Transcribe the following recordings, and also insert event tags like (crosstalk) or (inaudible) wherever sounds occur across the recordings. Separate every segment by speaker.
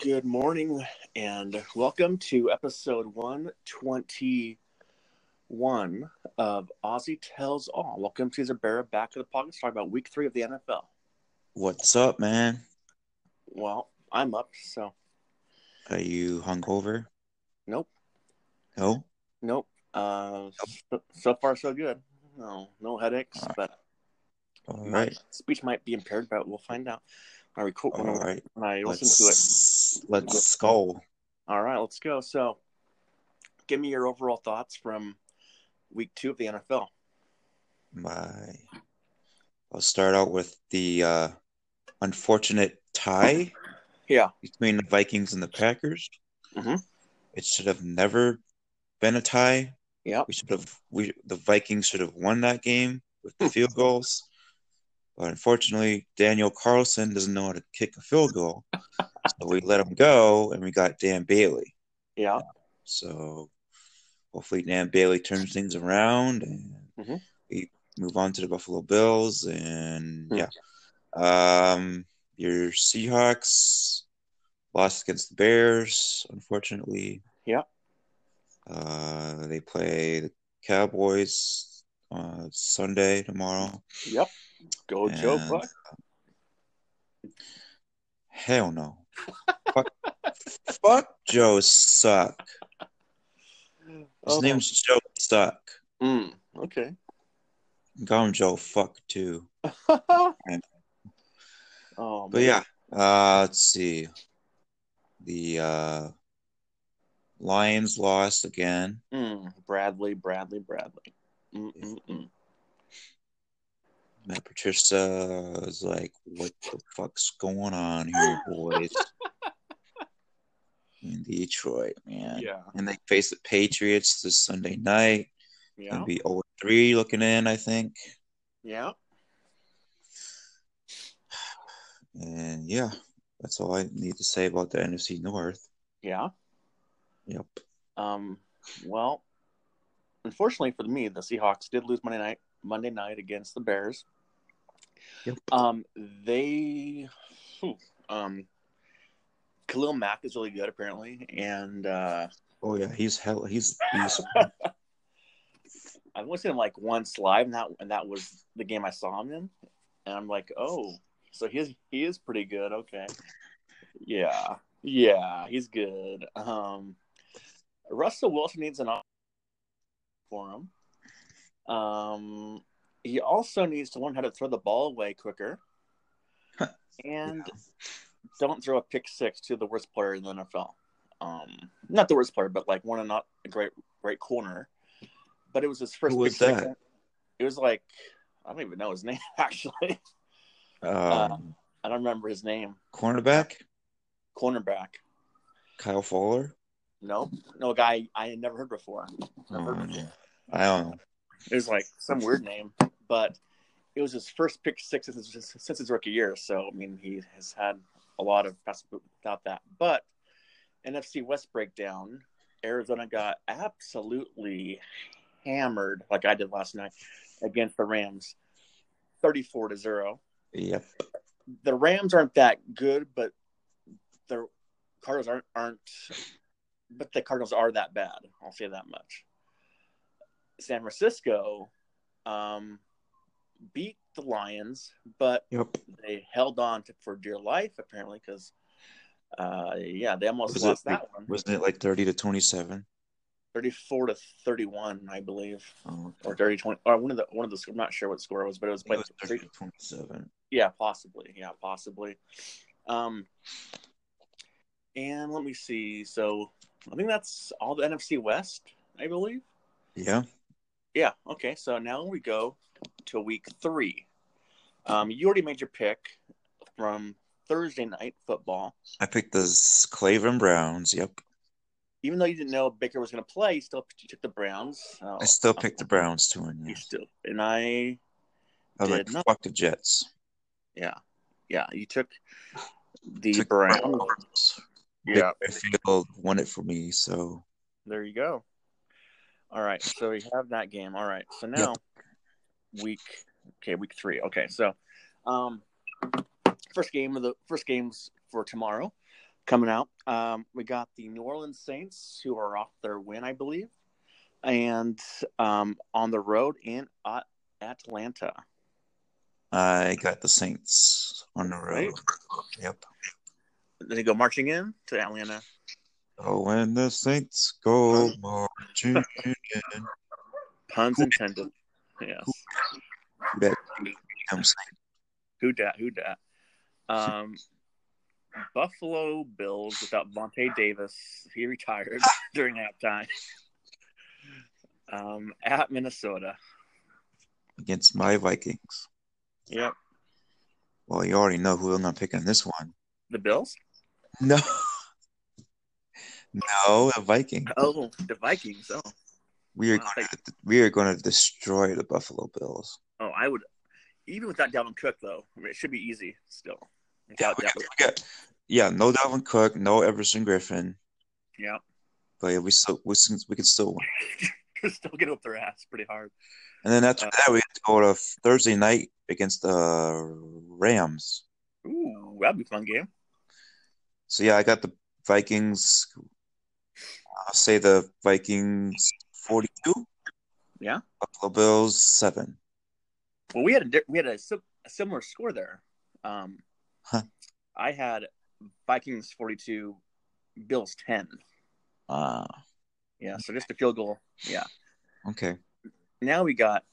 Speaker 1: Good morning and welcome to episode 121 of Aussie Tells All. Welcome to Zabera Back of the Pocket to talk about week three of the NFL.
Speaker 2: What's up, man?
Speaker 1: Well, I'm up, so
Speaker 2: Are you hungover?
Speaker 1: nope,
Speaker 2: No.
Speaker 1: nope. Uh, so, so far, so good. No, no headaches,
Speaker 2: All
Speaker 1: but
Speaker 2: All
Speaker 1: my
Speaker 2: right.
Speaker 1: speech might be impaired, but we'll find out. I record when,
Speaker 2: All
Speaker 1: I-
Speaker 2: right.
Speaker 1: when I listen to it.
Speaker 2: Let's let's go.
Speaker 1: All right, let's go. So, give me your overall thoughts from week two of the NFL.
Speaker 2: My. I'll start out with the uh, unfortunate tie
Speaker 1: Yeah,
Speaker 2: between the Vikings and the Packers.
Speaker 1: Mhm.
Speaker 2: It should have never been a tie.
Speaker 1: yeah.
Speaker 2: We should have we the Vikings should have won that game with
Speaker 1: Hmm.
Speaker 2: the field goals. But unfortunately, Daniel Carlson doesn't know how to kick a field
Speaker 1: (laughs)
Speaker 2: goal. So we let him go and we got Dan Bailey.
Speaker 1: Yeah.
Speaker 2: So hopefully Dan Bailey turns things around and
Speaker 1: Mhm.
Speaker 2: we move on to the Buffalo Bills and
Speaker 1: Mm.
Speaker 2: yeah. Um your Seahawks lost against the Bears, unfortunately.
Speaker 1: Yeah.
Speaker 2: Uh they play the Cowboys uh Sunday tomorrow.
Speaker 1: Yep. Go Oh, Joe
Speaker 2: And-
Speaker 1: Buck.
Speaker 2: Hell no. fuck, (laughs) fuck Joe Suck. His
Speaker 1: Oh.
Speaker 2: name's Joe Suck.
Speaker 1: Mm, okay.
Speaker 2: Call him Joe Fuck too.
Speaker 1: (laughs) oh,
Speaker 2: But yeah, uh, let's see. The uh, Lions lost again.
Speaker 1: Mm, Bradley, Bradley, Bradley. Mm, mm, mm.
Speaker 2: Matt Patricia is like, "What the fuck's going on here,
Speaker 1: (laughs)
Speaker 2: boys?" In Detroit, man.
Speaker 1: Yeah.
Speaker 2: And they face the Patriots this Sunday night.
Speaker 1: Yeah.
Speaker 2: Gonna be 0 3 looking in, I think.
Speaker 1: Yeah.
Speaker 2: And yeah, that's all I need to say about the NFC North.
Speaker 1: Yeah.
Speaker 2: Yep.
Speaker 1: Um, well, unfortunately for me, the Seahawks did lose Monday night Monday night against the Bears.
Speaker 2: Yep.
Speaker 1: Um, they phew, um Khalil Mack is really good apparently, and uh
Speaker 2: Oh yeah, he's hell. He's
Speaker 1: (laughs)
Speaker 2: he's
Speaker 1: I've only seen him like once live, and that and that was the game I saw him in. And I'm like, oh, so he's he is pretty good. Okay, yeah, yeah, he's good. Um, Russell Wilson needs an off for him. Um, he also needs to learn how to throw the ball away
Speaker 2: (laughs)
Speaker 1: quicker, and don't throw a pick six to the worst player in the NFL. Um, not the worst player, but like one of not a great great corner. But it was his first.
Speaker 2: Who was
Speaker 1: pick six.
Speaker 2: that?
Speaker 1: It was like I don't even know his name (laughs) actually.
Speaker 2: um,
Speaker 1: I don't remember his name.
Speaker 2: cornerback
Speaker 1: Cornerback.
Speaker 2: Kyle Fuller.
Speaker 1: No, no a guy I had never heard before. Never heard
Speaker 2: Um,
Speaker 1: before.
Speaker 2: I don't know.
Speaker 1: It was like some weird name, but it was his first pick six since his, since his rookie year. So I mean, he has had a lot of pass without that. But NFC West breakdown. Arizona got absolutely hammered, like I did last night, against the Rams, thirty-four to zero.
Speaker 2: Yep.
Speaker 1: the Rams aren't that good, but the Cardinals aren't aren't but the Cardinals are that bad. I'll say that much. San Francisco um, beat the Lions, but
Speaker 2: Yep.
Speaker 1: they held on to, for dear life apparently because uh, yeah, they almost
Speaker 2: Was it
Speaker 1: lost
Speaker 2: like-
Speaker 1: that one,
Speaker 2: Wasn't it like thirty to twenty-seven?
Speaker 1: thirty-four to thirty-one, I believe,
Speaker 2: Oh,
Speaker 1: or 30-20, or one of the one of the. I'm not sure what the score was, but it was
Speaker 2: it
Speaker 1: like
Speaker 2: was thirty to twenty-seven.
Speaker 1: Yeah, possibly. Yeah, possibly. Um, and let me see. So I think that's all the NFC West, I believe.
Speaker 2: Yeah.
Speaker 1: Yeah. Okay. So now we go to week three. Um, you already made your pick from Thursday night football.
Speaker 2: I picked the Cleveland Browns. Yep.
Speaker 1: Even though you didn't know Baker was going to play, you still took the Browns. So
Speaker 2: I still picked the Browns to win.
Speaker 1: you
Speaker 2: Yeah.
Speaker 1: still and I.
Speaker 2: I was like,
Speaker 1: did not.
Speaker 2: fuck the Jets.
Speaker 1: Yeah. Yeah. You took the
Speaker 2: Took the
Speaker 1: Browns. Yeah.
Speaker 2: I feel won it for me. So
Speaker 1: There you go. All right, so we have that game. All right, so now week okay, week three. Okay, so um, first game of the first games for tomorrow, coming out. Um, we got the New Orleans Saints, who are off their win, I believe, and um, on the road in At- Atlanta.
Speaker 2: I got the Saints on the road.
Speaker 1: Right.
Speaker 2: Yep.
Speaker 1: They go marching in to Atlanta.
Speaker 2: Oh, when the Saints go marching in,
Speaker 1: Puns intended. Yes.
Speaker 2: that comes
Speaker 1: Who dat? Who dat? Um, Buffalo Bills without Vontae Davis. He retired (laughs) during halftime. Um, at Minnesota.
Speaker 2: against my Vikings.
Speaker 1: Yep.
Speaker 2: Well, you already know who I'm not picking this one.
Speaker 1: The Bills.
Speaker 2: No. (laughs) No, the Vikings.
Speaker 1: Oh, the Vikings. Oh,
Speaker 2: We are
Speaker 1: Wow.
Speaker 2: going to we are going to destroy the Buffalo Bills.
Speaker 1: oh, I would. Even without Dalvin Cook, though, I mean, it should be easy still.
Speaker 2: Yeah,
Speaker 1: Without
Speaker 2: we
Speaker 1: Dalvin, (laughs)
Speaker 2: got, we got- yeah, no Dalvin Cook, no Everson Griffin,
Speaker 1: yeah,
Speaker 2: but yeah, we still we, still- we can still win.
Speaker 1: they're still getting up their ass pretty hard.
Speaker 2: And then after
Speaker 1: Uh,
Speaker 2: that, we have to go to Thursday night against the Rams.
Speaker 1: Ooh, that'd be a fun game.
Speaker 2: So yeah, I got the Vikings. I'll say the Vikings forty-two.
Speaker 1: Yeah.
Speaker 2: Buffalo Bills seven.
Speaker 1: Well, we had a di- we had a, si- a similar score there. Um,
Speaker 2: Huh.
Speaker 1: I had Vikings forty two, Bills ten.
Speaker 2: Ah,
Speaker 1: Yeah, so just a field goal. Yeah.
Speaker 2: okay.
Speaker 1: Now we got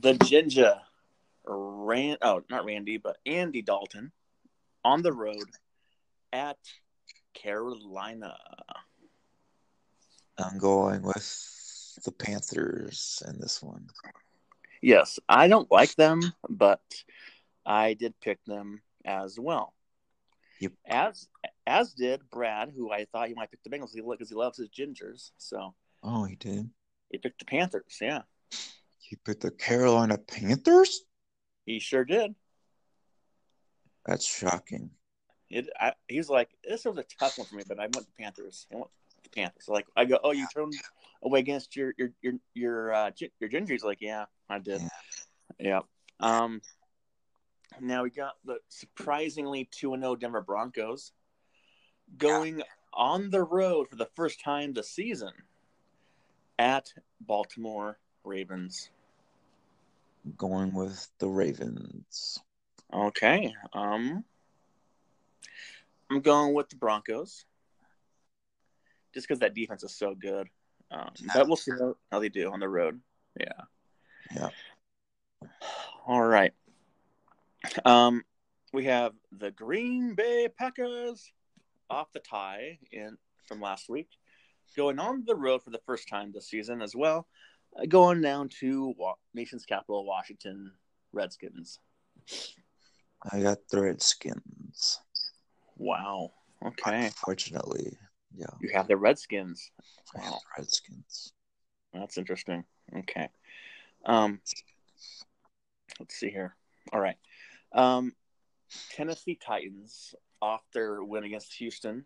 Speaker 1: the Ginger, Ran. Oh, not Randy, but Andy Dalton, on the road at Carolina.
Speaker 2: I'm going with the Panthers in this one.
Speaker 1: Yes, I don't like them, but I did pick them as well.
Speaker 2: Yep.
Speaker 1: As as did Brad, who I thought he might pick the Bengals because he loves his gingers. So
Speaker 2: Oh, he did.
Speaker 1: he picked the Panthers. Yeah,
Speaker 2: He picked the Carolina Panthers.
Speaker 1: he sure did.
Speaker 2: That's shocking.
Speaker 1: It, I, he was like, "This was a tough one for me," but I went the Panthers. I went the Panthers. Like I go, "Oh, you turned away against your your your your uh, gi- your ginger." He's like, "Yeah, I did." Yeah. Um. Now we got the surprisingly two and zero Denver Broncos going on the road for the first time this season at Baltimore Ravens.
Speaker 2: Going with the Ravens.
Speaker 1: Okay. Um I'm going with the Broncos. Just because that defense is so good. Um, but we'll see how- how they do on the road. Yeah.
Speaker 2: Yeah.
Speaker 1: (sighs) All right. Um we have the Green Bay Packers off the tie in from last week. Going on the road for the first time this season as well. Uh, Going down to Wa- nation's capital, Washington Redskins.
Speaker 2: I got the Redskins.
Speaker 1: Wow. Okay.
Speaker 2: Unfortunately, yeah,
Speaker 1: You have the Redskins.
Speaker 2: I have
Speaker 1: Wow.
Speaker 2: the Redskins.
Speaker 1: That's interesting. Okay. Um let's see here. All right. Um Tennessee Titans off their win against Houston.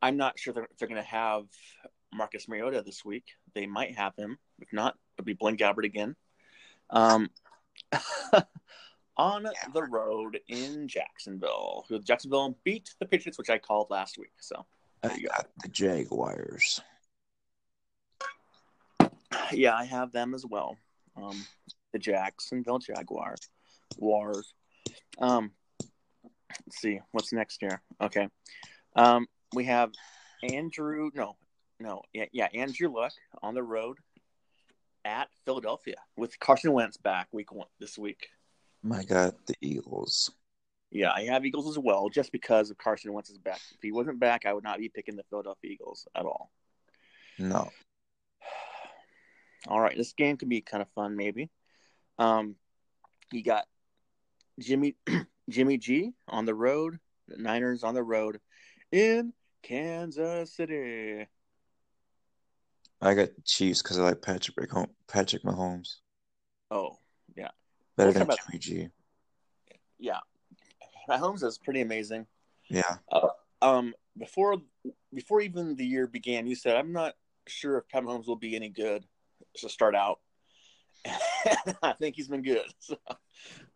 Speaker 1: I'm not sure they're, they're going to have Marcus Mariota this week. They might have him. If not, it'll be Blaine Gabbert again. Um, (laughs) on the road in Jacksonville. who Jacksonville beat the Patriots, which I called last week. So
Speaker 2: I
Speaker 1: you go.
Speaker 2: got the Jaguars.
Speaker 1: Yeah, I have them as well. Um, the Jacksonville Jaguars. Wars. Um, let's see. What's next here? Okay. Um, we have Andrew. No, no. Yeah, yeah. Andrew Luck on the road at Philadelphia with Carson Wentz back week one this week.
Speaker 2: I got the Eagles.
Speaker 1: Yeah, I have Eagles as well, just because of Carson Wentz is back. If he wasn't back, I would not be picking the Philadelphia Eagles at all.
Speaker 2: No,
Speaker 1: All right, this game could be kind of fun, maybe. Um, you got Jimmy (clears throat) Jimmy G on the road, the Niners on the road in Kansas City.
Speaker 2: I got the Chiefs because I like Patrick Mahom- Patrick Mahomes
Speaker 1: Oh,
Speaker 2: better
Speaker 1: Let's
Speaker 2: than
Speaker 1: talk about-
Speaker 2: Jimmy G.
Speaker 1: yeah, Mahomes is pretty amazing.
Speaker 2: Yeah,
Speaker 1: Um, before before even the year began, you said I'm not sure if Pat Mahomes will be any good to (laughs) start out. I think he's been good. So,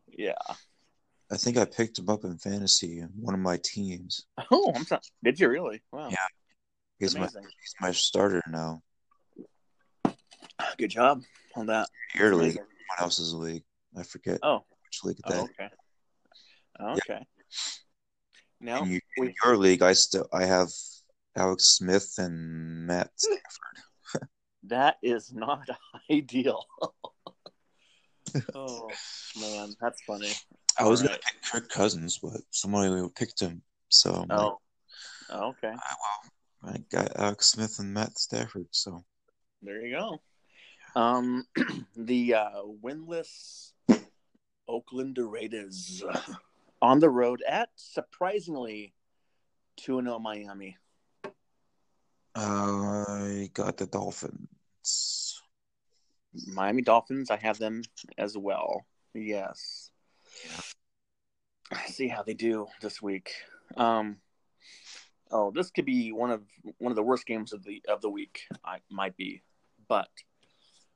Speaker 1: yeah,
Speaker 2: I think I picked him up in fantasy in one of my teams.
Speaker 1: Oh, I'm sorry. Did you really? Wow.
Speaker 2: Yeah. He's my
Speaker 1: Amazing.
Speaker 2: he's my starter now.
Speaker 1: Good job on that.
Speaker 2: Your league,
Speaker 1: Amazing.
Speaker 2: someone else's league. I forget
Speaker 1: Oh,
Speaker 2: which league
Speaker 1: oh,
Speaker 2: that.
Speaker 1: okay. Okay. Now,
Speaker 2: in, you, in
Speaker 1: we-
Speaker 2: your league, I still I have Alex Smith and Matt.
Speaker 1: that is not (laughs) ideal. oh, man. That's funny.
Speaker 2: I was
Speaker 1: All
Speaker 2: gonna pick Kirk Cousins, but somebody picked him, so I'm like,
Speaker 1: Oh. Oh, okay.
Speaker 2: "Ah, well, I got Alex Smith and Matt Stafford. So
Speaker 1: There you go. Um, (clears throat) the uh, winless Oakland Raiders uh, on the road at surprisingly 2 0 Miami.
Speaker 2: I got the Dolphins.
Speaker 1: Miami Dolphins, I have them as well. Yes. See how they do this week. Um, oh, this could be one of one of the worst games of the of the week. I might be, but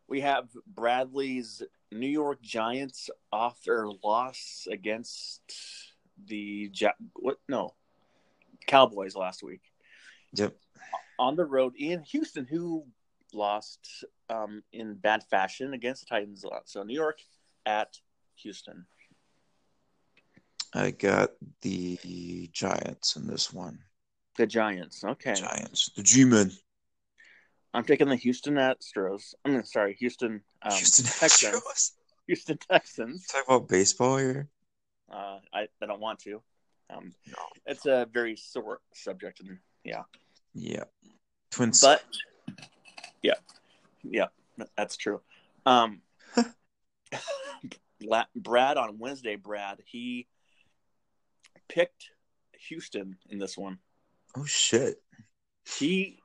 Speaker 1: we have Bradley's New York Giants off their loss against the Ja- what? No, Cowboys last week
Speaker 2: Yep.
Speaker 1: on the road in Houston, who lost um, in bad fashion against the Titans a lot. So New York at Houston.
Speaker 2: I got the Giants in this one.
Speaker 1: The Giants. Okay.
Speaker 2: Giants. The G Men.
Speaker 1: I'm taking the Houston Astros. I'm mean, sorry, Houston um, (laughs)
Speaker 2: Houston
Speaker 1: Texans.
Speaker 2: Astros.
Speaker 1: Houston Texans.
Speaker 2: Talk about baseball here.
Speaker 1: Uh, I, I don't want to. Um,
Speaker 2: No.
Speaker 1: It's a very sore subject. And, yeah.
Speaker 2: Yeah. Twins.
Speaker 1: But yeah. Yeah. That's true. Um, La- Brad on Wednesday, Brad, he picked Houston in this one.
Speaker 2: oh shit.
Speaker 1: he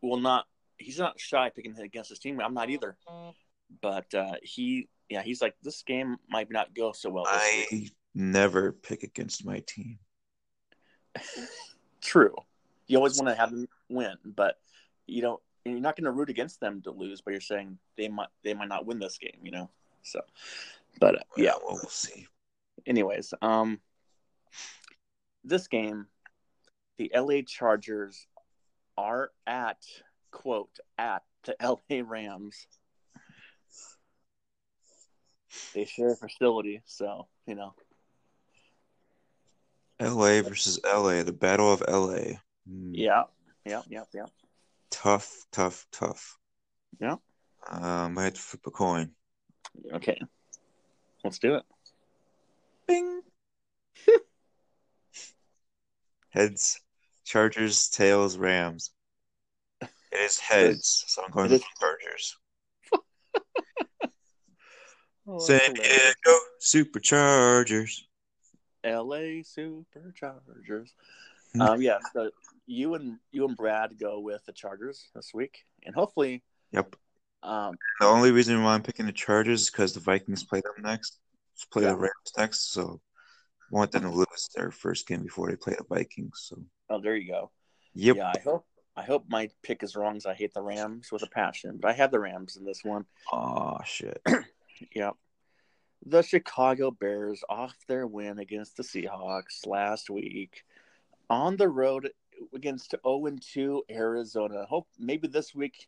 Speaker 1: will not he's not shy picking against his team i'm not either but uh he yeah he's like this game might not go so well this week."
Speaker 2: I never pick against my team.
Speaker 1: true you always want to have them win but you don't you're not going to root against them to lose but you're saying they might they might not win this game you know so but uh, yeah
Speaker 2: Well, we'll see.
Speaker 1: anyways um this game the la chargers are at quote at the la rams they share a facility so you know
Speaker 2: LA versus LA, the battle of LA. Hmm.
Speaker 1: yeah yeah yeah yeah
Speaker 2: Tough, tough, tough.
Speaker 1: Yeah.
Speaker 2: Um, I had to flip a coin.
Speaker 1: okay let's do it
Speaker 2: Bing. (laughs) heads, Chargers, tails, Rams. It is heads, so I'm going
Speaker 1: It is-
Speaker 2: with the Chargers.
Speaker 1: oh,
Speaker 2: San Diego Superchargers.
Speaker 1: la superchargers um yeah so you and you and brad go with the chargers this week and hopefully
Speaker 2: Yep.
Speaker 1: um
Speaker 2: The only reason why I'm picking the Chargers is because the Vikings play them next, play
Speaker 1: Yeah.
Speaker 2: the Rams next, so I want them to lose their first game before they play the Vikings. So,
Speaker 1: oh there you go
Speaker 2: yep.
Speaker 1: Yeah, I hope I hope my pick is wrong. 'cause I hate the Rams with a passion, but I have the Rams in this one.
Speaker 2: Oh shit. (clears throat)
Speaker 1: Yep. The Chicago Bears off their win against the Seahawks last week on the road against 0 2 Arizona. Hope maybe this week,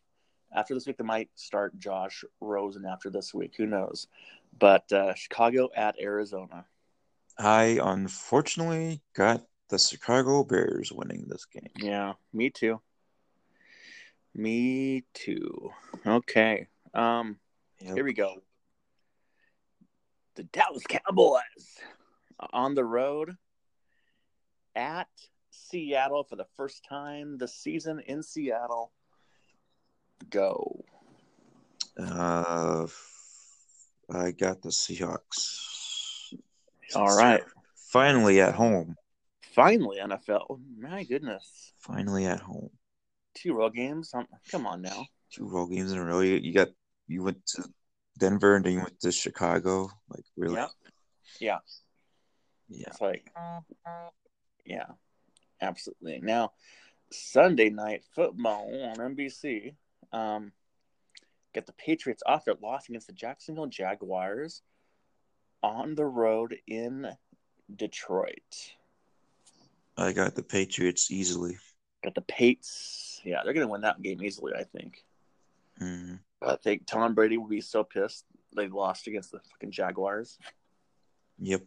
Speaker 1: after this week, they might start Josh Rosen after this week. Who knows? But uh, Chicago at Arizona.
Speaker 2: I unfortunately got the Chicago Bears winning this game.
Speaker 1: Yeah, me too. Me too. Okay. Um,
Speaker 2: Yep.
Speaker 1: Here we go. The Dallas Cowboys on the road at Seattle for the first time this season in Seattle. Go.
Speaker 2: Uh, I got the Seahawks.
Speaker 1: All right.
Speaker 2: Finally at home.
Speaker 1: Finally, NFL. My goodness.
Speaker 2: Finally at home.
Speaker 1: Two road games. Um, come on now.
Speaker 2: Two road games in a row. You, you got you went to Denver and then you went to Chicago. Like really?
Speaker 1: Yeah. Yeah.
Speaker 2: Yeah.
Speaker 1: It's like, yeah, absolutely. Now, Sunday night football on NBC. Um, get the Patriots off their loss against the Jacksonville Jaguars on the road in Detroit.
Speaker 2: I got the Patriots easily.
Speaker 1: Got the Pates. Yeah, they're going to win that game easily, I think.
Speaker 2: Mhm.
Speaker 1: I think Tom Brady will be so pissed they lost against the fucking Jaguars.
Speaker 2: Yep.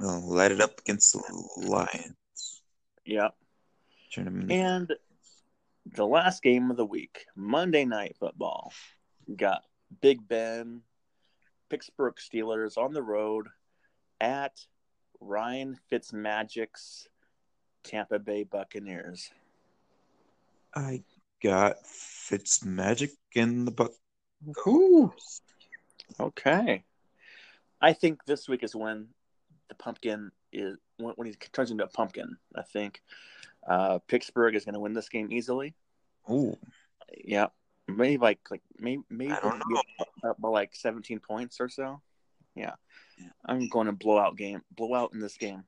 Speaker 2: I'll light it up against the Lions.
Speaker 1: Yeah.
Speaker 2: Turn them into-
Speaker 1: And the last game of the week, Monday Night Football, got Big Ben, Pittsburgh Steelers on the road at Ryan Fitzmagic's Tampa Bay Buccaneers.
Speaker 2: I got Fitzmagic in the buck. Ooh.
Speaker 1: Okay. I think this week is when the pumpkin is when, when he turns into a pumpkin. I think uh, Pittsburgh is going to win this game easily.
Speaker 2: Ooh.
Speaker 1: Yeah, maybe like like maybe maybe
Speaker 2: I don't
Speaker 1: we
Speaker 2: know.
Speaker 1: up by like 17 points or so. Yeah.
Speaker 2: Yeah.
Speaker 1: I'm going to blowout game, blowout in this game.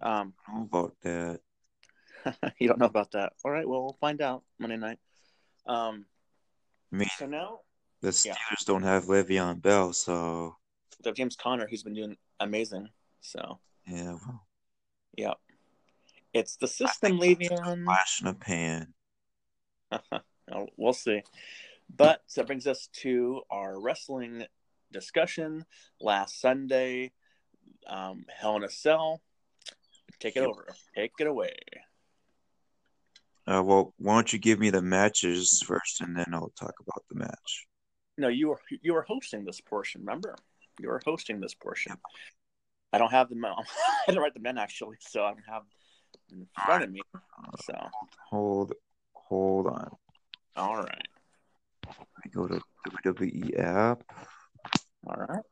Speaker 1: Um, (laughs)
Speaker 2: I don't know about that.
Speaker 1: you don't know about that. All right, well, we'll find out Monday night. Um,
Speaker 2: Me.
Speaker 1: so now
Speaker 2: The
Speaker 1: Yeah.
Speaker 2: Steelers don't have Le'Veon Bell, so
Speaker 1: the James Conner, who's been doing amazing. So,
Speaker 2: yeah, well,
Speaker 1: yeah, it's the system, Le'Veon.
Speaker 2: flash in a pan.
Speaker 1: (laughs) Oh, we'll see. But that brings us to our wrestling discussion last Sunday. Um, Hell in a Cell. Take it
Speaker 2: Yep.
Speaker 1: over. Take it away.
Speaker 2: Uh, well, why don't you give me the matches first, and then I'll talk about the match.
Speaker 1: No, you were you were hosting this portion. Remember, you were hosting this portion. I don't have the (laughs) memo. I didn't write the men actually, so I don't have it in front of me. So
Speaker 2: Hold, hold on.
Speaker 1: all right,
Speaker 2: I go to WWE app.
Speaker 1: all right.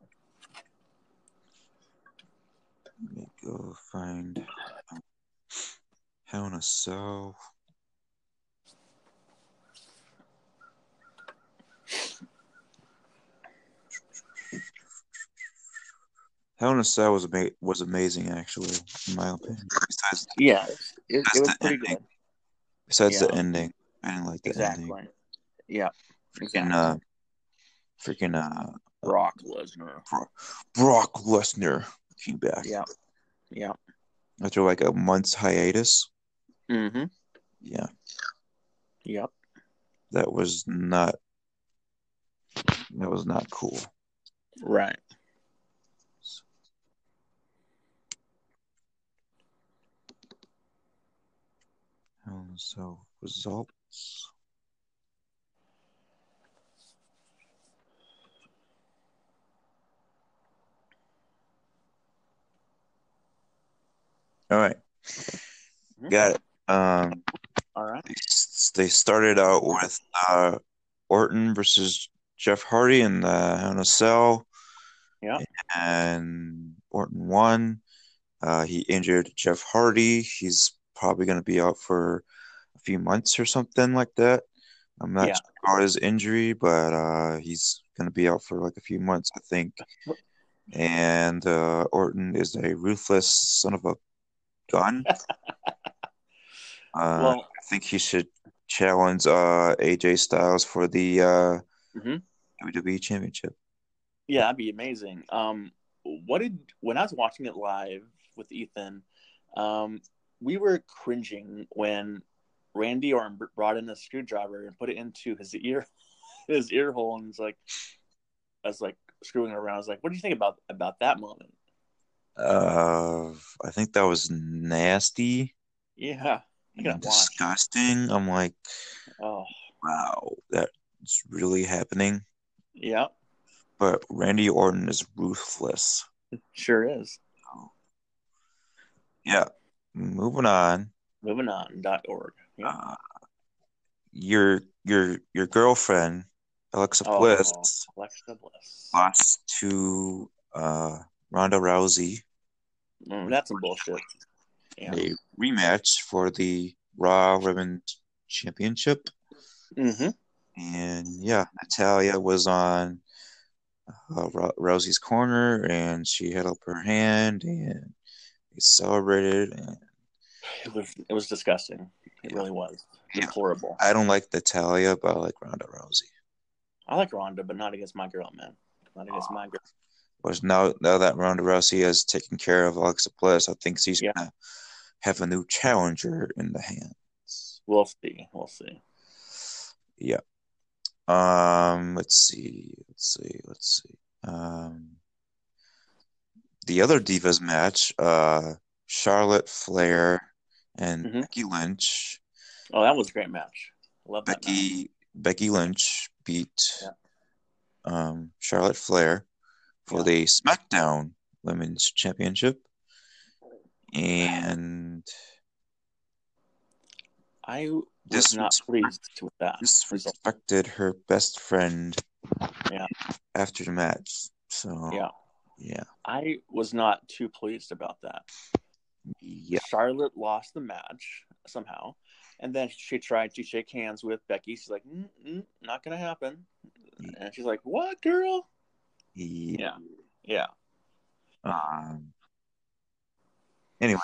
Speaker 2: Let me go find um, Hell in a Cell. Hell in a Cell was ama- was amazing, actually, in my opinion. Besides,
Speaker 1: Yeah, it, it was
Speaker 2: the
Speaker 1: pretty good.
Speaker 2: besides the
Speaker 1: Yeah.
Speaker 2: ending, I didn't like the
Speaker 1: Exactly.
Speaker 2: ending.
Speaker 1: Yeah.
Speaker 2: And
Speaker 1: Exactly.
Speaker 2: uh, freaking uh,
Speaker 1: Brock Lesnar.
Speaker 2: Brock Lesnar came back
Speaker 1: Yeah. Yeah.
Speaker 2: after like a month's hiatus.
Speaker 1: Mm-hmm.
Speaker 2: Yeah,
Speaker 1: Yep.
Speaker 2: that was not that was not cool.
Speaker 1: Right.
Speaker 2: Um, so results. All right, got it. Um,
Speaker 1: All right.
Speaker 2: they s- they started out with uh, Orton versus Jeff Hardy in the Hell in a Cell.
Speaker 1: Yeah.
Speaker 2: And Orton won. Uh, he injured Jeff Hardy. He's probably going to be out for a few months or something like that. I'm not
Speaker 1: Yeah.
Speaker 2: sure about his injury, but uh, he's going to be out for like a few months, I think. And uh, Orton is a ruthless son of a gun. Uh,
Speaker 1: (laughs) Well,
Speaker 2: I think he should challenge uh, AJ Styles for the uh,
Speaker 1: Mhm.
Speaker 2: WWE Championship.
Speaker 1: yeah, that'd be amazing. Um, what did when I was watching it live with Ethan, um, we were cringing when Randy Orton brought in a screwdriver and put it into his ear, (laughs) his ear hole, and it's like, I was like screwing around. I was like, what do you think about about that moment?
Speaker 2: Uh, I think that was nasty
Speaker 1: Yeah, I
Speaker 2: and
Speaker 1: gotta watch.
Speaker 2: disgusting. I'm like,
Speaker 1: Oh,
Speaker 2: wow, that's really happening.
Speaker 1: yeah,
Speaker 2: But Randy Orton is ruthless.
Speaker 1: sure is.
Speaker 2: Yeah. Moving on.
Speaker 1: Moving on. Dot org. Yeah.
Speaker 2: Uh, your your your girlfriend Alexa
Speaker 1: Oh.
Speaker 2: Bliss
Speaker 1: Alexa Bliss.
Speaker 2: lost to uh, Ronda Rousey.
Speaker 1: Mm, that's some bullshit. Yeah.
Speaker 2: a rematch for the Raw Women's Championship.
Speaker 1: Mm-hmm.
Speaker 2: And yeah, Natalia was on uh, Rou- Rousey's corner and she held up her hand and they celebrated. And
Speaker 1: It was it was disgusting. It really was
Speaker 2: Yeah.
Speaker 1: deplorable.
Speaker 2: I don't like Natalia, but I like Ronda Rousey.
Speaker 1: I like Ronda, but not against my girl, man. Not against my girl.
Speaker 2: Whereas now, now that Ronda Rousey has taken care of Alexa Bliss, I think she's
Speaker 1: Yeah.
Speaker 2: gonna have a new challenger in the hands.
Speaker 1: We'll see. We'll see.
Speaker 2: Yeah. Um. Let's see. Let's see. Let's see. Um. The other divas match, uh, Charlotte Flair and
Speaker 1: Mhm.
Speaker 2: Becky Lynch.
Speaker 1: Oh, that was a great match. I love that match.
Speaker 2: Becky Becky Lynch beat
Speaker 1: Yeah.
Speaker 2: um, Charlotte Flair for
Speaker 1: Yeah.
Speaker 2: the SmackDown Women's Championship, and
Speaker 1: I was
Speaker 2: This
Speaker 1: not
Speaker 2: was-
Speaker 1: pleased with that.
Speaker 2: disrespected her best friend
Speaker 1: Yeah.
Speaker 2: after the match. So
Speaker 1: Yeah.
Speaker 2: yeah,
Speaker 1: I was not too pleased about that.
Speaker 2: yeah,
Speaker 1: Charlotte lost the match somehow, and then she tried to shake hands with Becky. She's like, Mm-mm, "Not gonna happen,"
Speaker 2: Mm.
Speaker 1: and she's like, "What, girl?"
Speaker 2: yeah.
Speaker 1: Yeah, yeah,
Speaker 2: Um, anyway,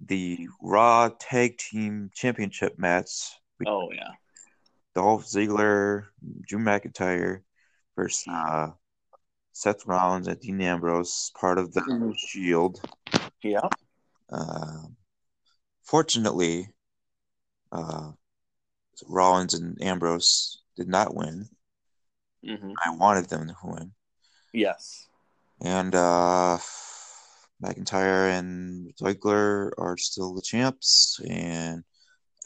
Speaker 2: the Raw Tag Team Championship match:
Speaker 1: oh yeah,
Speaker 2: Dolph Ziggler, Drew McIntyre versus uh, Seth Rollins and Dean Ambrose, part of the
Speaker 1: Mhm.
Speaker 2: Shield.
Speaker 1: yeah.
Speaker 2: Um, fortunately, uh, Rollins and Ambrose did not win.
Speaker 1: hmm
Speaker 2: I wanted them to win,
Speaker 1: Yes,
Speaker 2: and uh, McIntyre and Ziggler are still the champs, and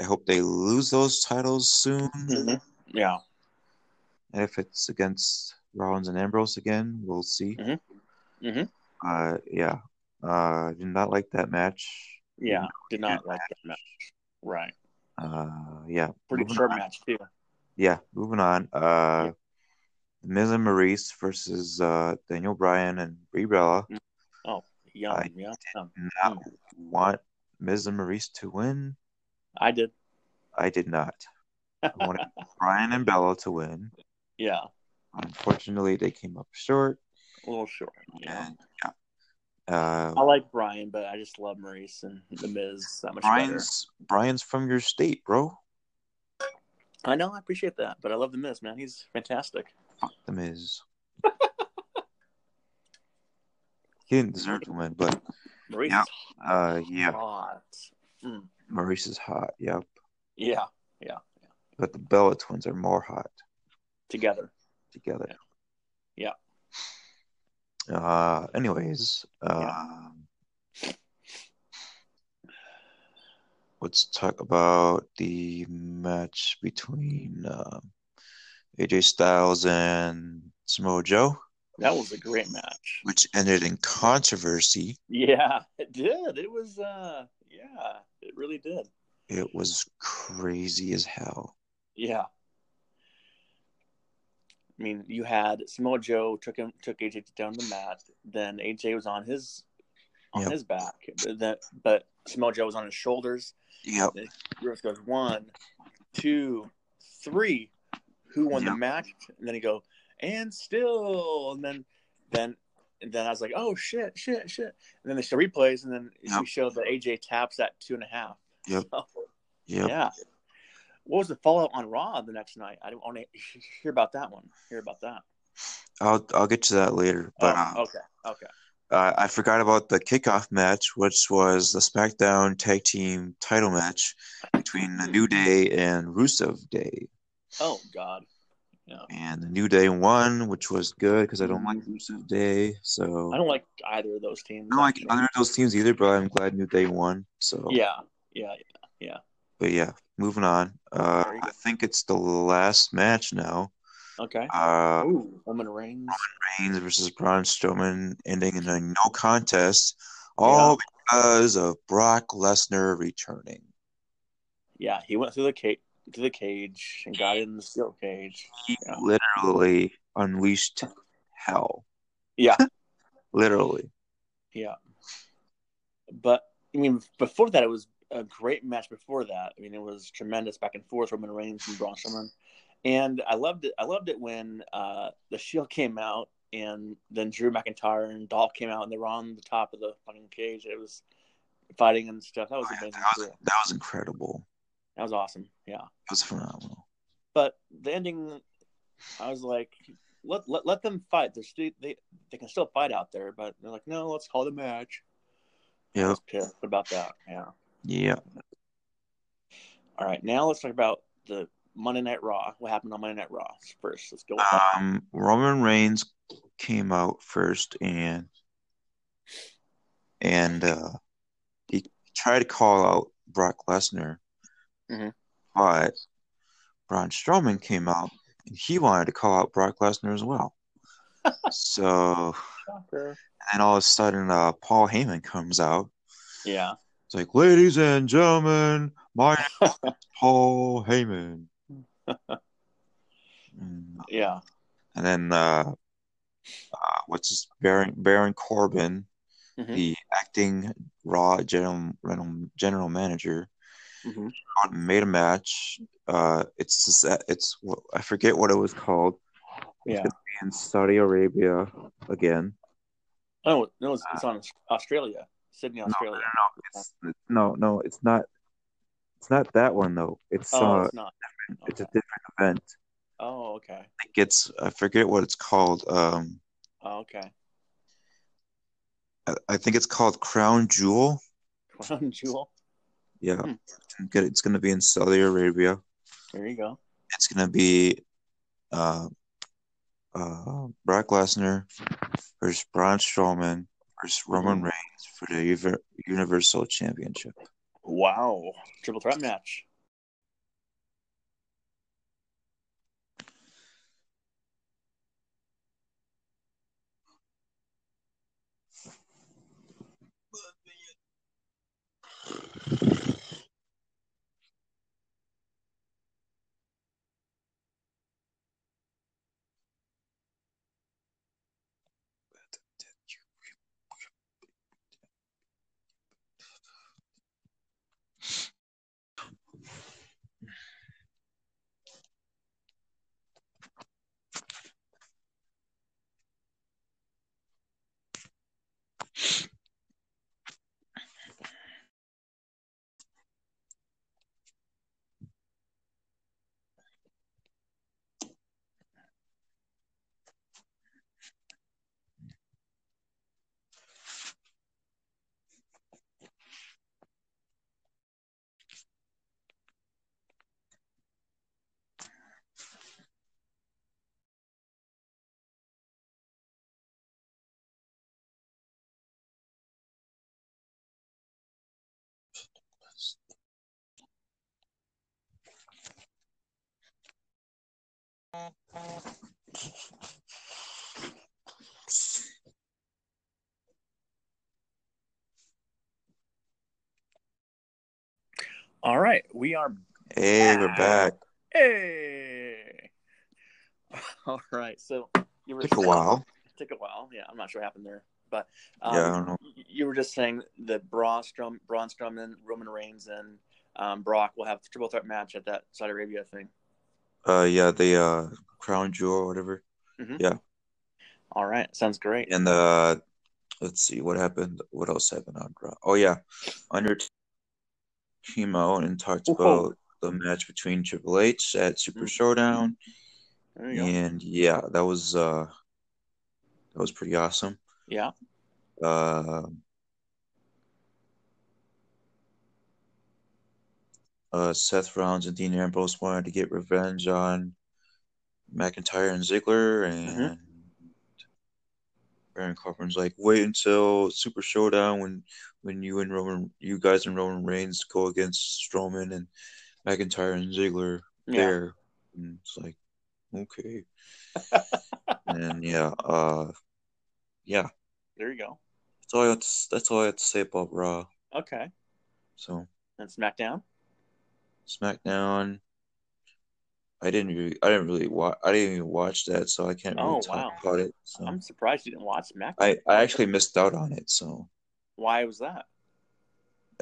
Speaker 2: I hope they lose those titles soon.
Speaker 1: Mhm. yeah.
Speaker 2: And if it's against Rollins and Ambrose again, we'll see.
Speaker 1: Mhm. Mhm.
Speaker 2: Uh, yeah, uh, did not like that match.
Speaker 1: Yeah, did not like that match. Right,
Speaker 2: Uh, yeah,
Speaker 1: pretty
Speaker 2: moving
Speaker 1: short
Speaker 2: on.
Speaker 1: match too.
Speaker 2: Yeah, moving on. Uh, Miz and Maurice versus uh, Daniel Bryan and Brie Bella.
Speaker 1: Yum,
Speaker 2: I
Speaker 1: yum, yum.
Speaker 2: Not want Miz and Maurice to win.
Speaker 1: I did.
Speaker 2: I did not. I wanted Bryan and Bella to win.
Speaker 1: Yeah,
Speaker 2: Unfortunately, they came up short.
Speaker 1: a little short. Yeah.
Speaker 2: And yeah, uh,
Speaker 1: I like Brian, but I just love Maurice and The Miz that much better.
Speaker 2: Brian's Brian's from your state, bro.
Speaker 1: I know, I appreciate that, but I love The Miz, man. He's fantastic.
Speaker 2: Fuck the Miz. he didn't deserve to win, but
Speaker 1: Maurice
Speaker 2: Yeah.
Speaker 1: is
Speaker 2: uh, yeah,
Speaker 1: hot. Mm.
Speaker 2: Maurice is hot. Yep,
Speaker 1: Yeah,
Speaker 2: but the Bella twins are more hot.
Speaker 1: together.
Speaker 2: together.
Speaker 1: Yeah.
Speaker 2: Uh, anyways, um, let's talk about the match between um AJ Styles and Samoa Joe,
Speaker 1: That was a great match.
Speaker 2: which ended in controversy.
Speaker 1: Yeah, it did. It was, uh, yeah, it really did.
Speaker 2: It was crazy as hell.
Speaker 1: Yeah. I mean, you had Samoa Joe took him took AJ down the mat. Then AJ was on his on
Speaker 2: Yep.
Speaker 1: his back. But That but Samoa Joe was on his shoulders.
Speaker 2: Yep.
Speaker 1: Rivers goes one, two, three. Who won
Speaker 2: Yeah.
Speaker 1: the match? And then he go and still, and then then and then I was like, oh shit, shit, shit. And then they show replays, and then
Speaker 2: Yeah.
Speaker 1: she showed that AJ taps at two and a half.
Speaker 2: Yep.
Speaker 1: So,
Speaker 2: Yep.
Speaker 1: Yeah. What was the follow-up on Raw the next night? I don't want to (laughs) hear about that one. Hear about that?
Speaker 2: I'll I'll get to that later. But
Speaker 1: oh,
Speaker 2: um,
Speaker 1: okay, okay.
Speaker 2: uh, I forgot about the kickoff match, which was the SmackDown Tag Team Title match between the New Day and Rusev Day.
Speaker 1: Oh God.
Speaker 2: And the New Day won, which was good because I don't like Rusev Day. So
Speaker 1: I don't like either of those teams.
Speaker 2: I don't like
Speaker 1: actually.
Speaker 2: either of those teams either, but I'm glad New Day won. So
Speaker 1: Yeah, yeah,
Speaker 2: but yeah, moving on. Uh,
Speaker 1: Very good.
Speaker 2: I think it's the last match now.
Speaker 1: yeah. Okay.
Speaker 2: Uh,
Speaker 1: Ooh, Roman Reigns.
Speaker 2: Reigns versus Braun Strowman ending in a no contest, all because of Brock Lesnar returning.
Speaker 1: Yeah, he went through the cage to the cage and got in the steel cage.
Speaker 2: he
Speaker 1: Yeah.
Speaker 2: literally unleashed hell.
Speaker 1: Yeah,
Speaker 2: (laughs) Literally.
Speaker 1: yeah. But I mean, before that, it was a great match. Before that, I mean, it was tremendous back and forth. Roman Reigns and Braun Strowman, and I loved it. I loved it when uh, the Shield came out, and then Drew McIntyre and Dolph came out, and they were on the top of the fucking cage. It was fighting and stuff. That was
Speaker 2: Oh, yeah,
Speaker 1: amazing.
Speaker 2: that, was,
Speaker 1: too.
Speaker 2: that was incredible.
Speaker 1: That was awesome. Yeah.
Speaker 2: That was phenomenal.
Speaker 1: But the ending, I was like, let let, let them fight. They're still, they they can still fight out there, but they're like, no, let's call the match. I
Speaker 2: Yeah.
Speaker 1: was pissed about that. Yeah.
Speaker 2: Yeah.
Speaker 1: All right, now let's talk about the Monday Night Raw. What happened on Monday Night Raw first? Let's go. With that.
Speaker 2: Um, Roman Reigns came out first and and uh, he tried to call out Brock Lesnar,
Speaker 1: Mhm.
Speaker 2: but Braun Strowman came out and he wanted to call out Brock Lesnar
Speaker 1: (laughs)
Speaker 2: as well. so and all of a sudden, uh, Paul Heyman comes out.
Speaker 1: Yeah.
Speaker 2: It's like, ladies and gentlemen, my name
Speaker 1: (laughs)
Speaker 2: is Paul Heyman. Mm.
Speaker 1: Yeah.
Speaker 2: And then uh, uh what's his Baron Baron Corbin,
Speaker 1: Mhm.
Speaker 2: the acting Raw general general, general manager,
Speaker 1: Mhm.
Speaker 2: out and made a match. Uh, it's just, that- it's what- I forget what it was called
Speaker 1: Yeah.
Speaker 2: in Saudi Arabia again.
Speaker 1: Oh no, it's,
Speaker 2: Uh,
Speaker 1: it's on Australia, Sydney, Australia.
Speaker 2: It's, no, no, it's not. It's not that one though. It's
Speaker 1: oh,
Speaker 2: uh,
Speaker 1: it's not.
Speaker 2: it's a
Speaker 1: Okay.
Speaker 2: different event.
Speaker 1: Oh, okay.
Speaker 2: It gets I forget what it's called. Um,
Speaker 1: Oh, okay. (laughs)
Speaker 2: I, I think it's called Crown Jewel.
Speaker 1: Crown Jewel.
Speaker 2: Yeah,
Speaker 1: Hmm.
Speaker 2: It's gonna- it's gonna be in Saudi Arabia.
Speaker 1: There you go.
Speaker 2: it's gonna be uh, uh, Brock Lesnar versus Braun Strowman versus Roman
Speaker 1: Mhm.
Speaker 2: Reigns for the Uver- Universal Championship.
Speaker 1: Wow. Triple threat match. All right, we are.
Speaker 2: Hey, we're back.
Speaker 1: Hey. (laughs) All right. So you were
Speaker 2: Took a
Speaker 1: saying-
Speaker 2: while.
Speaker 1: (laughs) Took a while. Yeah, I'm not sure what happened there, but um,
Speaker 2: yeah, I don't know.
Speaker 1: y- you were just saying that Braun, Strum, Braun Strowman, Roman Reigns, and um, Brock will have the triple threat match at that Saudi Arabia thing.
Speaker 2: Uh, yeah, the uh, crown jewel or whatever.
Speaker 1: All right, sounds great.
Speaker 2: And uh, let's see what happened. What else happened on Raw? Oh yeah, Undertaker came out and talked
Speaker 1: Whoa.
Speaker 2: about the match between Triple H at Super
Speaker 1: Mhm.
Speaker 2: Showdown.
Speaker 1: There you go.
Speaker 2: and yeah that was uh that was pretty awesome
Speaker 1: Yeah.
Speaker 2: uh, uh seth rollins and dean ambrose wanted to get revenge on mcintyre and ziggler and
Speaker 1: Mm-hmm.
Speaker 2: baron corbin's like wait until super showdown when when you and roman you guys and roman reigns go against strowman and mcintyre and ziggler
Speaker 1: Yeah.
Speaker 2: there and it's like
Speaker 1: (laughs)
Speaker 2: okay and yeah uh yeah
Speaker 1: There you go.
Speaker 2: that's all i have to, that's all i have to say about raw
Speaker 1: Okay.
Speaker 2: so
Speaker 1: And SmackDown.
Speaker 2: SmackDown. I didn't really, I didn't really watch. I didn't even watch that, so I can't really
Speaker 1: Oh,
Speaker 2: talk
Speaker 1: wow.
Speaker 2: about it. So
Speaker 1: I'm surprised you didn't watch SmackDown.
Speaker 2: Um, I, I actually missed out on it. So
Speaker 1: Why was that?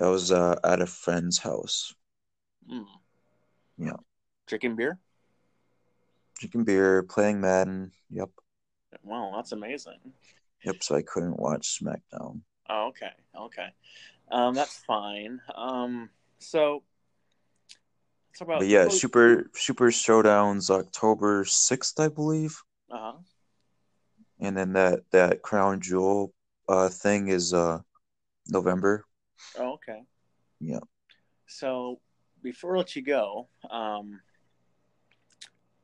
Speaker 2: I was uh, at a friend's house,
Speaker 1: Mm.
Speaker 2: Yeah.
Speaker 1: Drinking beer.
Speaker 2: drinking beer, playing Madden. Yep,
Speaker 1: Wow, that's amazing.
Speaker 2: yep. So I couldn't watch SmackDown.
Speaker 1: Oh, okay. Okay. Um, that's fine. Um, so let's talk about
Speaker 2: But yeah,
Speaker 1: oh,
Speaker 2: Super Super Showdowns October sixth, I believe.
Speaker 1: Uh huh.
Speaker 2: and then that that crown jewel uh thing is uh November.
Speaker 1: Oh, okay.
Speaker 2: Yeah.
Speaker 1: So before I let you go, um,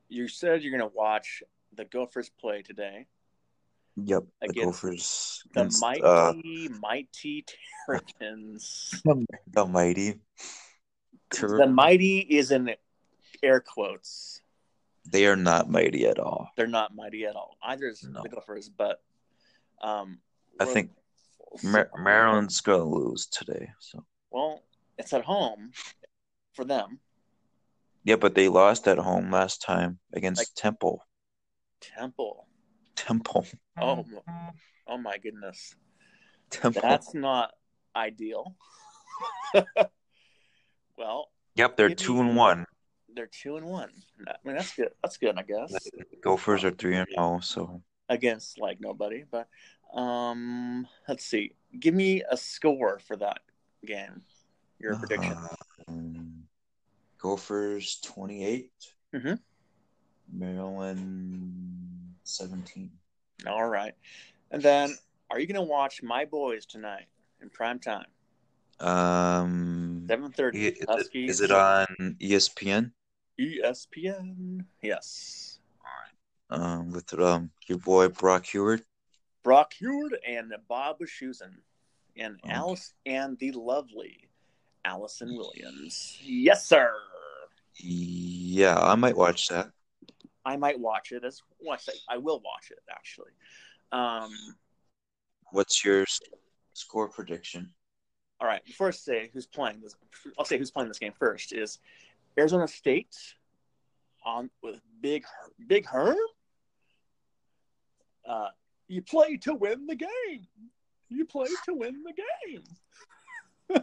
Speaker 1: you said you're going to watch the Gophers play today.
Speaker 2: Yep, the
Speaker 1: Against
Speaker 2: Gophers
Speaker 1: The
Speaker 2: against,
Speaker 1: mighty,
Speaker 2: uh,
Speaker 1: mighty Terrapins.
Speaker 2: the mighty. Tur-
Speaker 1: The mighty is in air quotes.
Speaker 2: they are not mighty at all.
Speaker 1: They're not mighty at all. Either is
Speaker 2: No.
Speaker 1: the Gophers, but um,
Speaker 2: I
Speaker 1: we're-
Speaker 2: think Mar- Maryland's gonna lose today. So
Speaker 1: Well, it's at home for them.
Speaker 2: yeah, but they lost at home last time against
Speaker 1: Like-
Speaker 2: Temple.
Speaker 1: Temple.
Speaker 2: Temple. (laughs)
Speaker 1: Oh,
Speaker 2: Mm.
Speaker 1: m- oh my goodness.
Speaker 2: Temple.
Speaker 1: That's not ideal. well,
Speaker 2: yep, they're
Speaker 1: Give me-
Speaker 2: two and one.
Speaker 1: they're two and one. I mean, that's good. That's good, I guess.
Speaker 2: Gophers are three and zero. So
Speaker 1: Against like nobody, but um, let's see. Give me a score for that game. Your
Speaker 2: Uh-huh.
Speaker 1: prediction.
Speaker 2: Um, Gophers twenty eight.
Speaker 1: Mhm.
Speaker 2: Maryland seventeen.
Speaker 1: All right. And then, are you going to watch My Boys tonight in prime time?
Speaker 2: Um,
Speaker 1: Seven
Speaker 2: i-
Speaker 1: thirty.
Speaker 2: is it, is it on E ESPN?
Speaker 1: E ESPN? Yes.
Speaker 2: Um, with um your boy Brock Heward.
Speaker 1: Brock Heward and Bob Schusen and
Speaker 2: Okay.
Speaker 1: Alice and the lovely Allison Williams. Yes, sir.
Speaker 2: Yeah, I might watch that.
Speaker 1: I might watch it as watch it. I will watch it actually. Um,
Speaker 2: What's your s- score prediction?
Speaker 1: all right. Before I say who's playing this, I'll say who's playing this game first is Arizona State on with Big Her- Big Herm. Uh, you play to win the game. You play to win the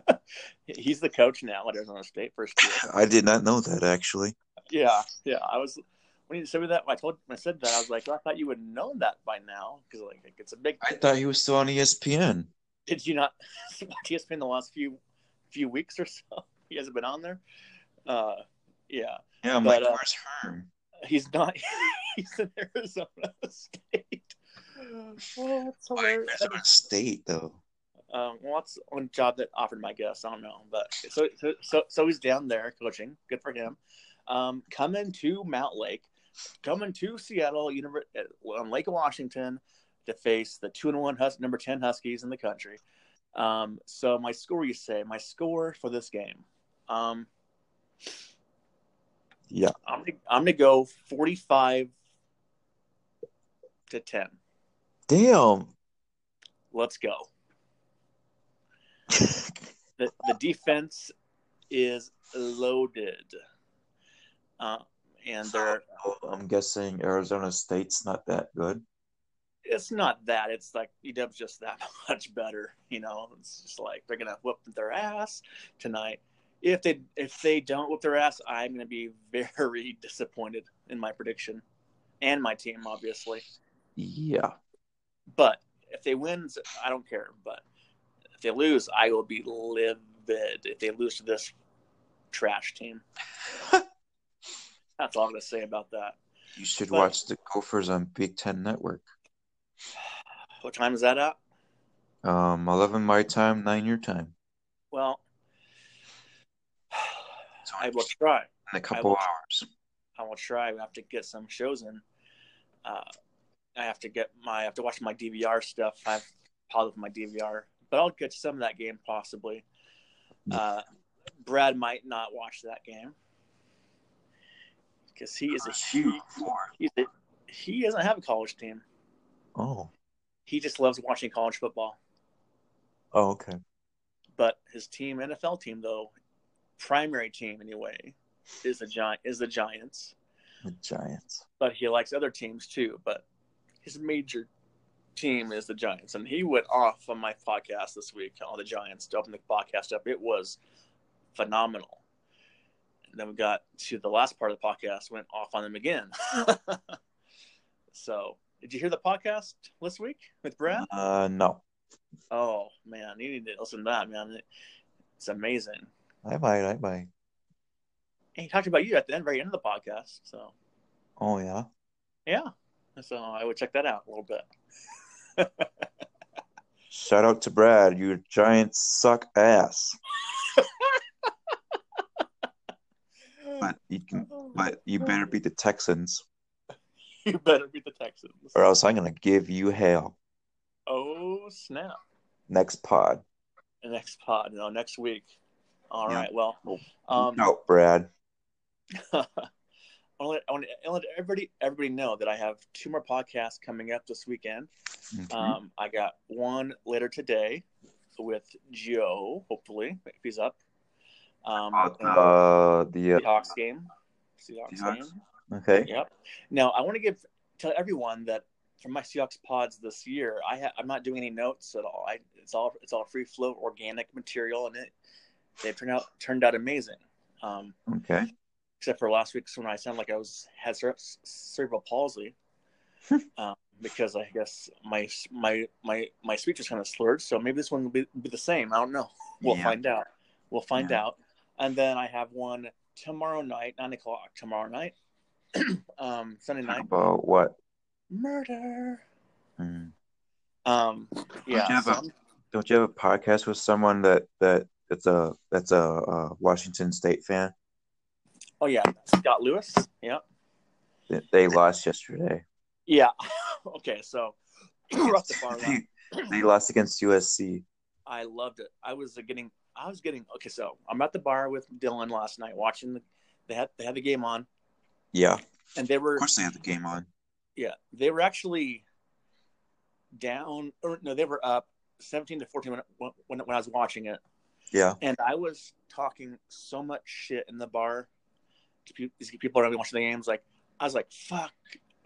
Speaker 1: game. (laughs) He's the coach now at Arizona State first year.
Speaker 2: I did not know that actually.
Speaker 1: (laughs) Yeah, yeah. I was when you said me that. When I told when I said that, I was like, I thought you would have known that by now because like it's a big.
Speaker 2: I thought he was still on E ESPN.
Speaker 1: Did you not (laughs) watch ESPN the last few few weeks or so? (laughs) He hasn't been on there. Uh, yeah,
Speaker 2: Yeah, I'm
Speaker 1: But,
Speaker 2: like,
Speaker 1: uh,
Speaker 2: where's Herm?
Speaker 1: he's not. (laughs) he's in Arizona (laughs) State. Oh, that's
Speaker 2: Why
Speaker 1: hilarious.
Speaker 2: Arizona State though?
Speaker 1: Um, well, that's one job that offered my guess. I don't know, but so so so, so he's down there coaching. Good for him. Um, coming to Mount Lake, coming to Seattle, Univer- uh, on Lake of Washington to face the two and one Hus- number ten Huskies in the country. Um, so my score, you say, my score for this game. Um,
Speaker 2: Yeah.
Speaker 1: I'm gonna, I'm gonna go forty five to ten.
Speaker 2: Damn. (laughs)
Speaker 1: Let's go. the, the defense is loaded. Uh, and they're,
Speaker 2: I'm guessing Arizona State's not that good.
Speaker 1: it's not that. It's like UW's just that (laughs) much better. You know, it's just like they're gonna whoop their ass tonight. If they if they don't whoop their ass, I'm gonna be (laughs) very disappointed in my prediction and my team, obviously.
Speaker 2: Yeah.
Speaker 1: But if they win, I don't care. But if they lose, I will be livid. If they lose to this trash team, that's all I'm gonna say about that.
Speaker 2: You should
Speaker 1: But-
Speaker 2: watch the Gophers on Big Ten Network.
Speaker 1: What time is that at?
Speaker 2: Um, eleven my time, nine your time.
Speaker 1: Well,
Speaker 2: It's
Speaker 1: I
Speaker 2: on
Speaker 1: will try.
Speaker 2: in a couple
Speaker 1: will-
Speaker 2: hours.
Speaker 1: I will try. I have to get some shows in. Uh, I have to get my. I have to watch my DVR stuff. I've paused my DVR, but I'll get some of that game possibly. Uh, Brad might not watch that game because he is a huge. He's a, he doesn't have a college team.
Speaker 2: Oh.
Speaker 1: He just loves watching college football.
Speaker 2: Oh, okay.
Speaker 1: But his team, NFL team though, primary team anyway, is the giant is the Giants.
Speaker 2: The Giants.
Speaker 1: but he likes other teams too. But his major team is the Giants, and he went off on my podcast this week on the Giants to open the podcast up. It was phenomenal. And then we got to the last part of the podcast, went off on them again. (laughs) so, did you hear the podcast this week with Brad?
Speaker 2: Uh, no.
Speaker 1: Oh man, you need to listen to that, man. It's amazing.
Speaker 2: I might. I might.
Speaker 1: And he talked about you at the end, very end of the podcast. So,
Speaker 2: Oh yeah.
Speaker 1: yeah, So I would check that out a little bit.
Speaker 2: Shout out to Brad. You giants suck ass. But you can, but you better beat the Texans,
Speaker 1: (laughs) you better beat the Texans.
Speaker 2: or else I'm gonna give you hell.
Speaker 1: Oh snap!
Speaker 2: Next pod.
Speaker 1: The next pod, no, next week. All right.
Speaker 2: Yeah.
Speaker 1: Well, um,
Speaker 2: no, Brad.
Speaker 1: (laughs) I want to let everybody everybody know that I have two more podcasts coming up this weekend.
Speaker 2: Mhm.
Speaker 1: Um, I got one later today with Joe, hopefully if he's up. Um,
Speaker 2: About,
Speaker 1: and
Speaker 2: uh, the
Speaker 1: the
Speaker 2: uh,
Speaker 1: Seahawks game. Seahawks,
Speaker 2: Seahawks?
Speaker 1: game.
Speaker 2: okay.
Speaker 1: Yep. Now I want to give tell everyone that from my Seahawks pods this year, I ha- I'm not doing any notes at all. I it's all it's all free flow, organic material, and it they turned out turned out amazing. Um,
Speaker 2: Okay.
Speaker 1: except for last week's when I sounded like I was had cere- cerebral palsy um, because I guess my my my my speech was kind of slurred. So maybe this one will be, be the same. I don't know. We'll
Speaker 2: Yeah.
Speaker 1: find out. We'll find
Speaker 2: Yeah.
Speaker 1: out. And then I have one tomorrow night, nine o'clock tomorrow night, (clears throat) um, Sunday
Speaker 2: Talk
Speaker 1: night
Speaker 2: about what?
Speaker 1: murder.
Speaker 2: Mm.
Speaker 1: Um,
Speaker 2: Don't you
Speaker 1: yeah,
Speaker 2: have
Speaker 1: so
Speaker 2: a-
Speaker 1: I'm-
Speaker 2: Don't you have a podcast with someone that that that's a that's a uh, Washington State fan?
Speaker 1: oh yeah, Scott Lewis. Yeah,
Speaker 2: They, they lost yesterday.
Speaker 1: yeah. (laughs) okay, so (clears throat) we're off the bar line.
Speaker 2: they, they lost against USC.
Speaker 1: I loved it. I was getting, I was getting. Okay, so I'm at the bar with Dylan last night watching the. They had they had the game on,
Speaker 2: Yeah, of
Speaker 1: and they were
Speaker 2: course they had the game on.
Speaker 1: yeah they were actually down or no they were up 17 to 14 when when, when I was watching it,
Speaker 2: Yeah,
Speaker 1: and I was talking so much shit in the bar. to pe- These people are watching the games like I was like fuck.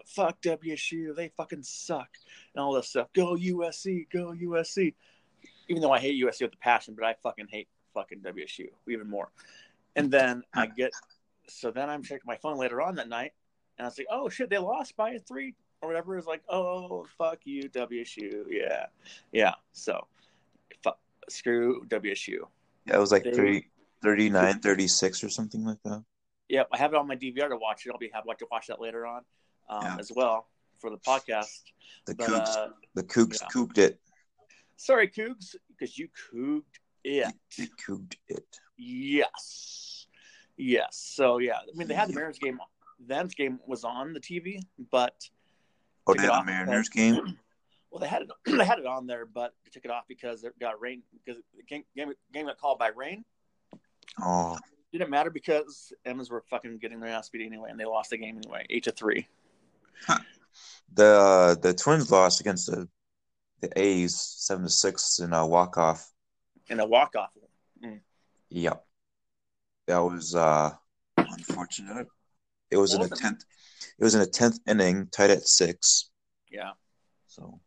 Speaker 1: Fuck WSU, they fucking suck, and all this stuff. Go USC, go USC. even though I hate USC with a passion, but I fucking hate fucking WSU even more. And then I get so then I'm checking my phone later on that night, and I was like, oh shit, they lost by three or whatever. It's like, oh fuck you WSU, yeah, yeah. So fuck, screw WSU.
Speaker 2: yeah it was like
Speaker 1: They-
Speaker 2: 30, 39, 36 or something like that.
Speaker 1: Yep, I have it on my DVR to watch it. I'll be happy to watch that later on um,
Speaker 2: Yeah.
Speaker 1: as well for the podcast.
Speaker 2: The
Speaker 1: But
Speaker 2: Cougs,
Speaker 1: uh,
Speaker 2: the Cougs
Speaker 1: yeah.
Speaker 2: cooped it.
Speaker 1: sorry, Cougs, because you cooged it.
Speaker 2: They cooped it.
Speaker 1: Yes. Yes. So yeah, I mean they had the Mariners game. The M's game was on the TV, but
Speaker 2: Oh,
Speaker 1: Took
Speaker 2: they
Speaker 1: it
Speaker 2: had
Speaker 1: off
Speaker 2: a
Speaker 1: the
Speaker 2: Mariners
Speaker 1: Cougs.
Speaker 2: game.
Speaker 1: well they had it (clears throat) they had it on there, but they took it off because it got rain because the game game, game got called by rain.
Speaker 2: (clears throat) Oh,
Speaker 1: Didn't matter because M's were fucking getting their ass beat anyway, and they lost the game anyway, eight to three.
Speaker 2: the the Twins lost against the the A's seven to six in a walk off.
Speaker 1: In a walk off.
Speaker 2: Yep, that was uh unfortunate. It was in a
Speaker 1: Awesome.
Speaker 2: tenth. It was in a tenth inning, tied at six.
Speaker 1: Yeah.
Speaker 2: So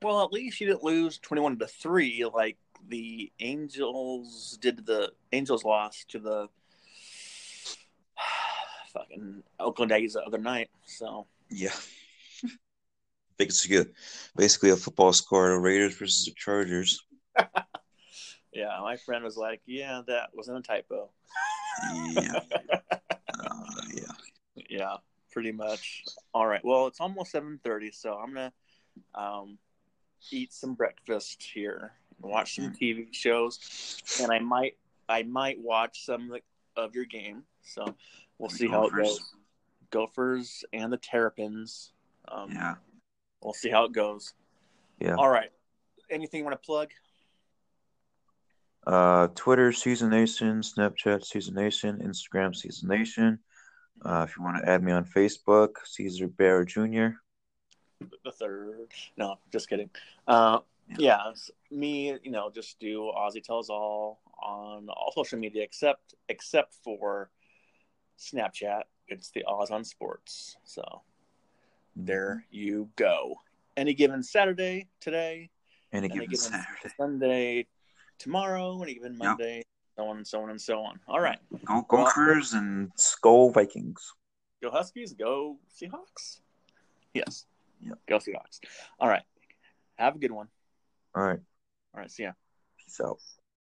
Speaker 1: Well, at least you didn't lose twenty-one to three like the Angels did. to The Angels lost to the (sighs) fucking Oakland A's the other night. So
Speaker 2: yeah, (laughs) basically, basically a football score: the Raiders versus the Chargers.
Speaker 1: yeah, my friend was like, "Yeah, that wasn't a typo."
Speaker 2: Yeah, uh, yeah.
Speaker 1: Yeah, pretty much. All right. Well, it's almost seven thirty, so I'm gonna um, eat some breakfast here and watch
Speaker 2: Mm-hmm.
Speaker 1: some TV shows, and I might I might watch some like, of your game. So we'll see how it
Speaker 2: Gophers.
Speaker 1: goes. Gophers and the Terrapins. Um,
Speaker 2: Yeah,
Speaker 1: We'll see how it goes.
Speaker 2: yeah.
Speaker 1: All right. Anything you want to plug?
Speaker 2: Uh, Twitter Season Nation, Snapchat Season Nation, Instagram Season Nation. Uh, if you want to add me on Facebook, Caesar Bear Jr.
Speaker 1: the third. No, just kidding. Uh, yeah, it's me, you know, just do Aussie Tells All on all social media except except for Snapchat. It's the Oz on Sports. So
Speaker 2: Mm-hmm.
Speaker 1: there you go. Any given Saturday, today,
Speaker 2: Any
Speaker 1: any
Speaker 2: given
Speaker 1: given
Speaker 2: Saturday.
Speaker 1: Sunday, tomorrow, any given Monday, so on and so on and so on. All right.
Speaker 2: Go Gophers and Skull Vikings.
Speaker 1: Go Huskies, go Seahawks. Yes.
Speaker 2: Yep.
Speaker 1: Go Seahawks. All right. Have a good one.
Speaker 2: All right,
Speaker 1: All right. See ya.
Speaker 2: peace out.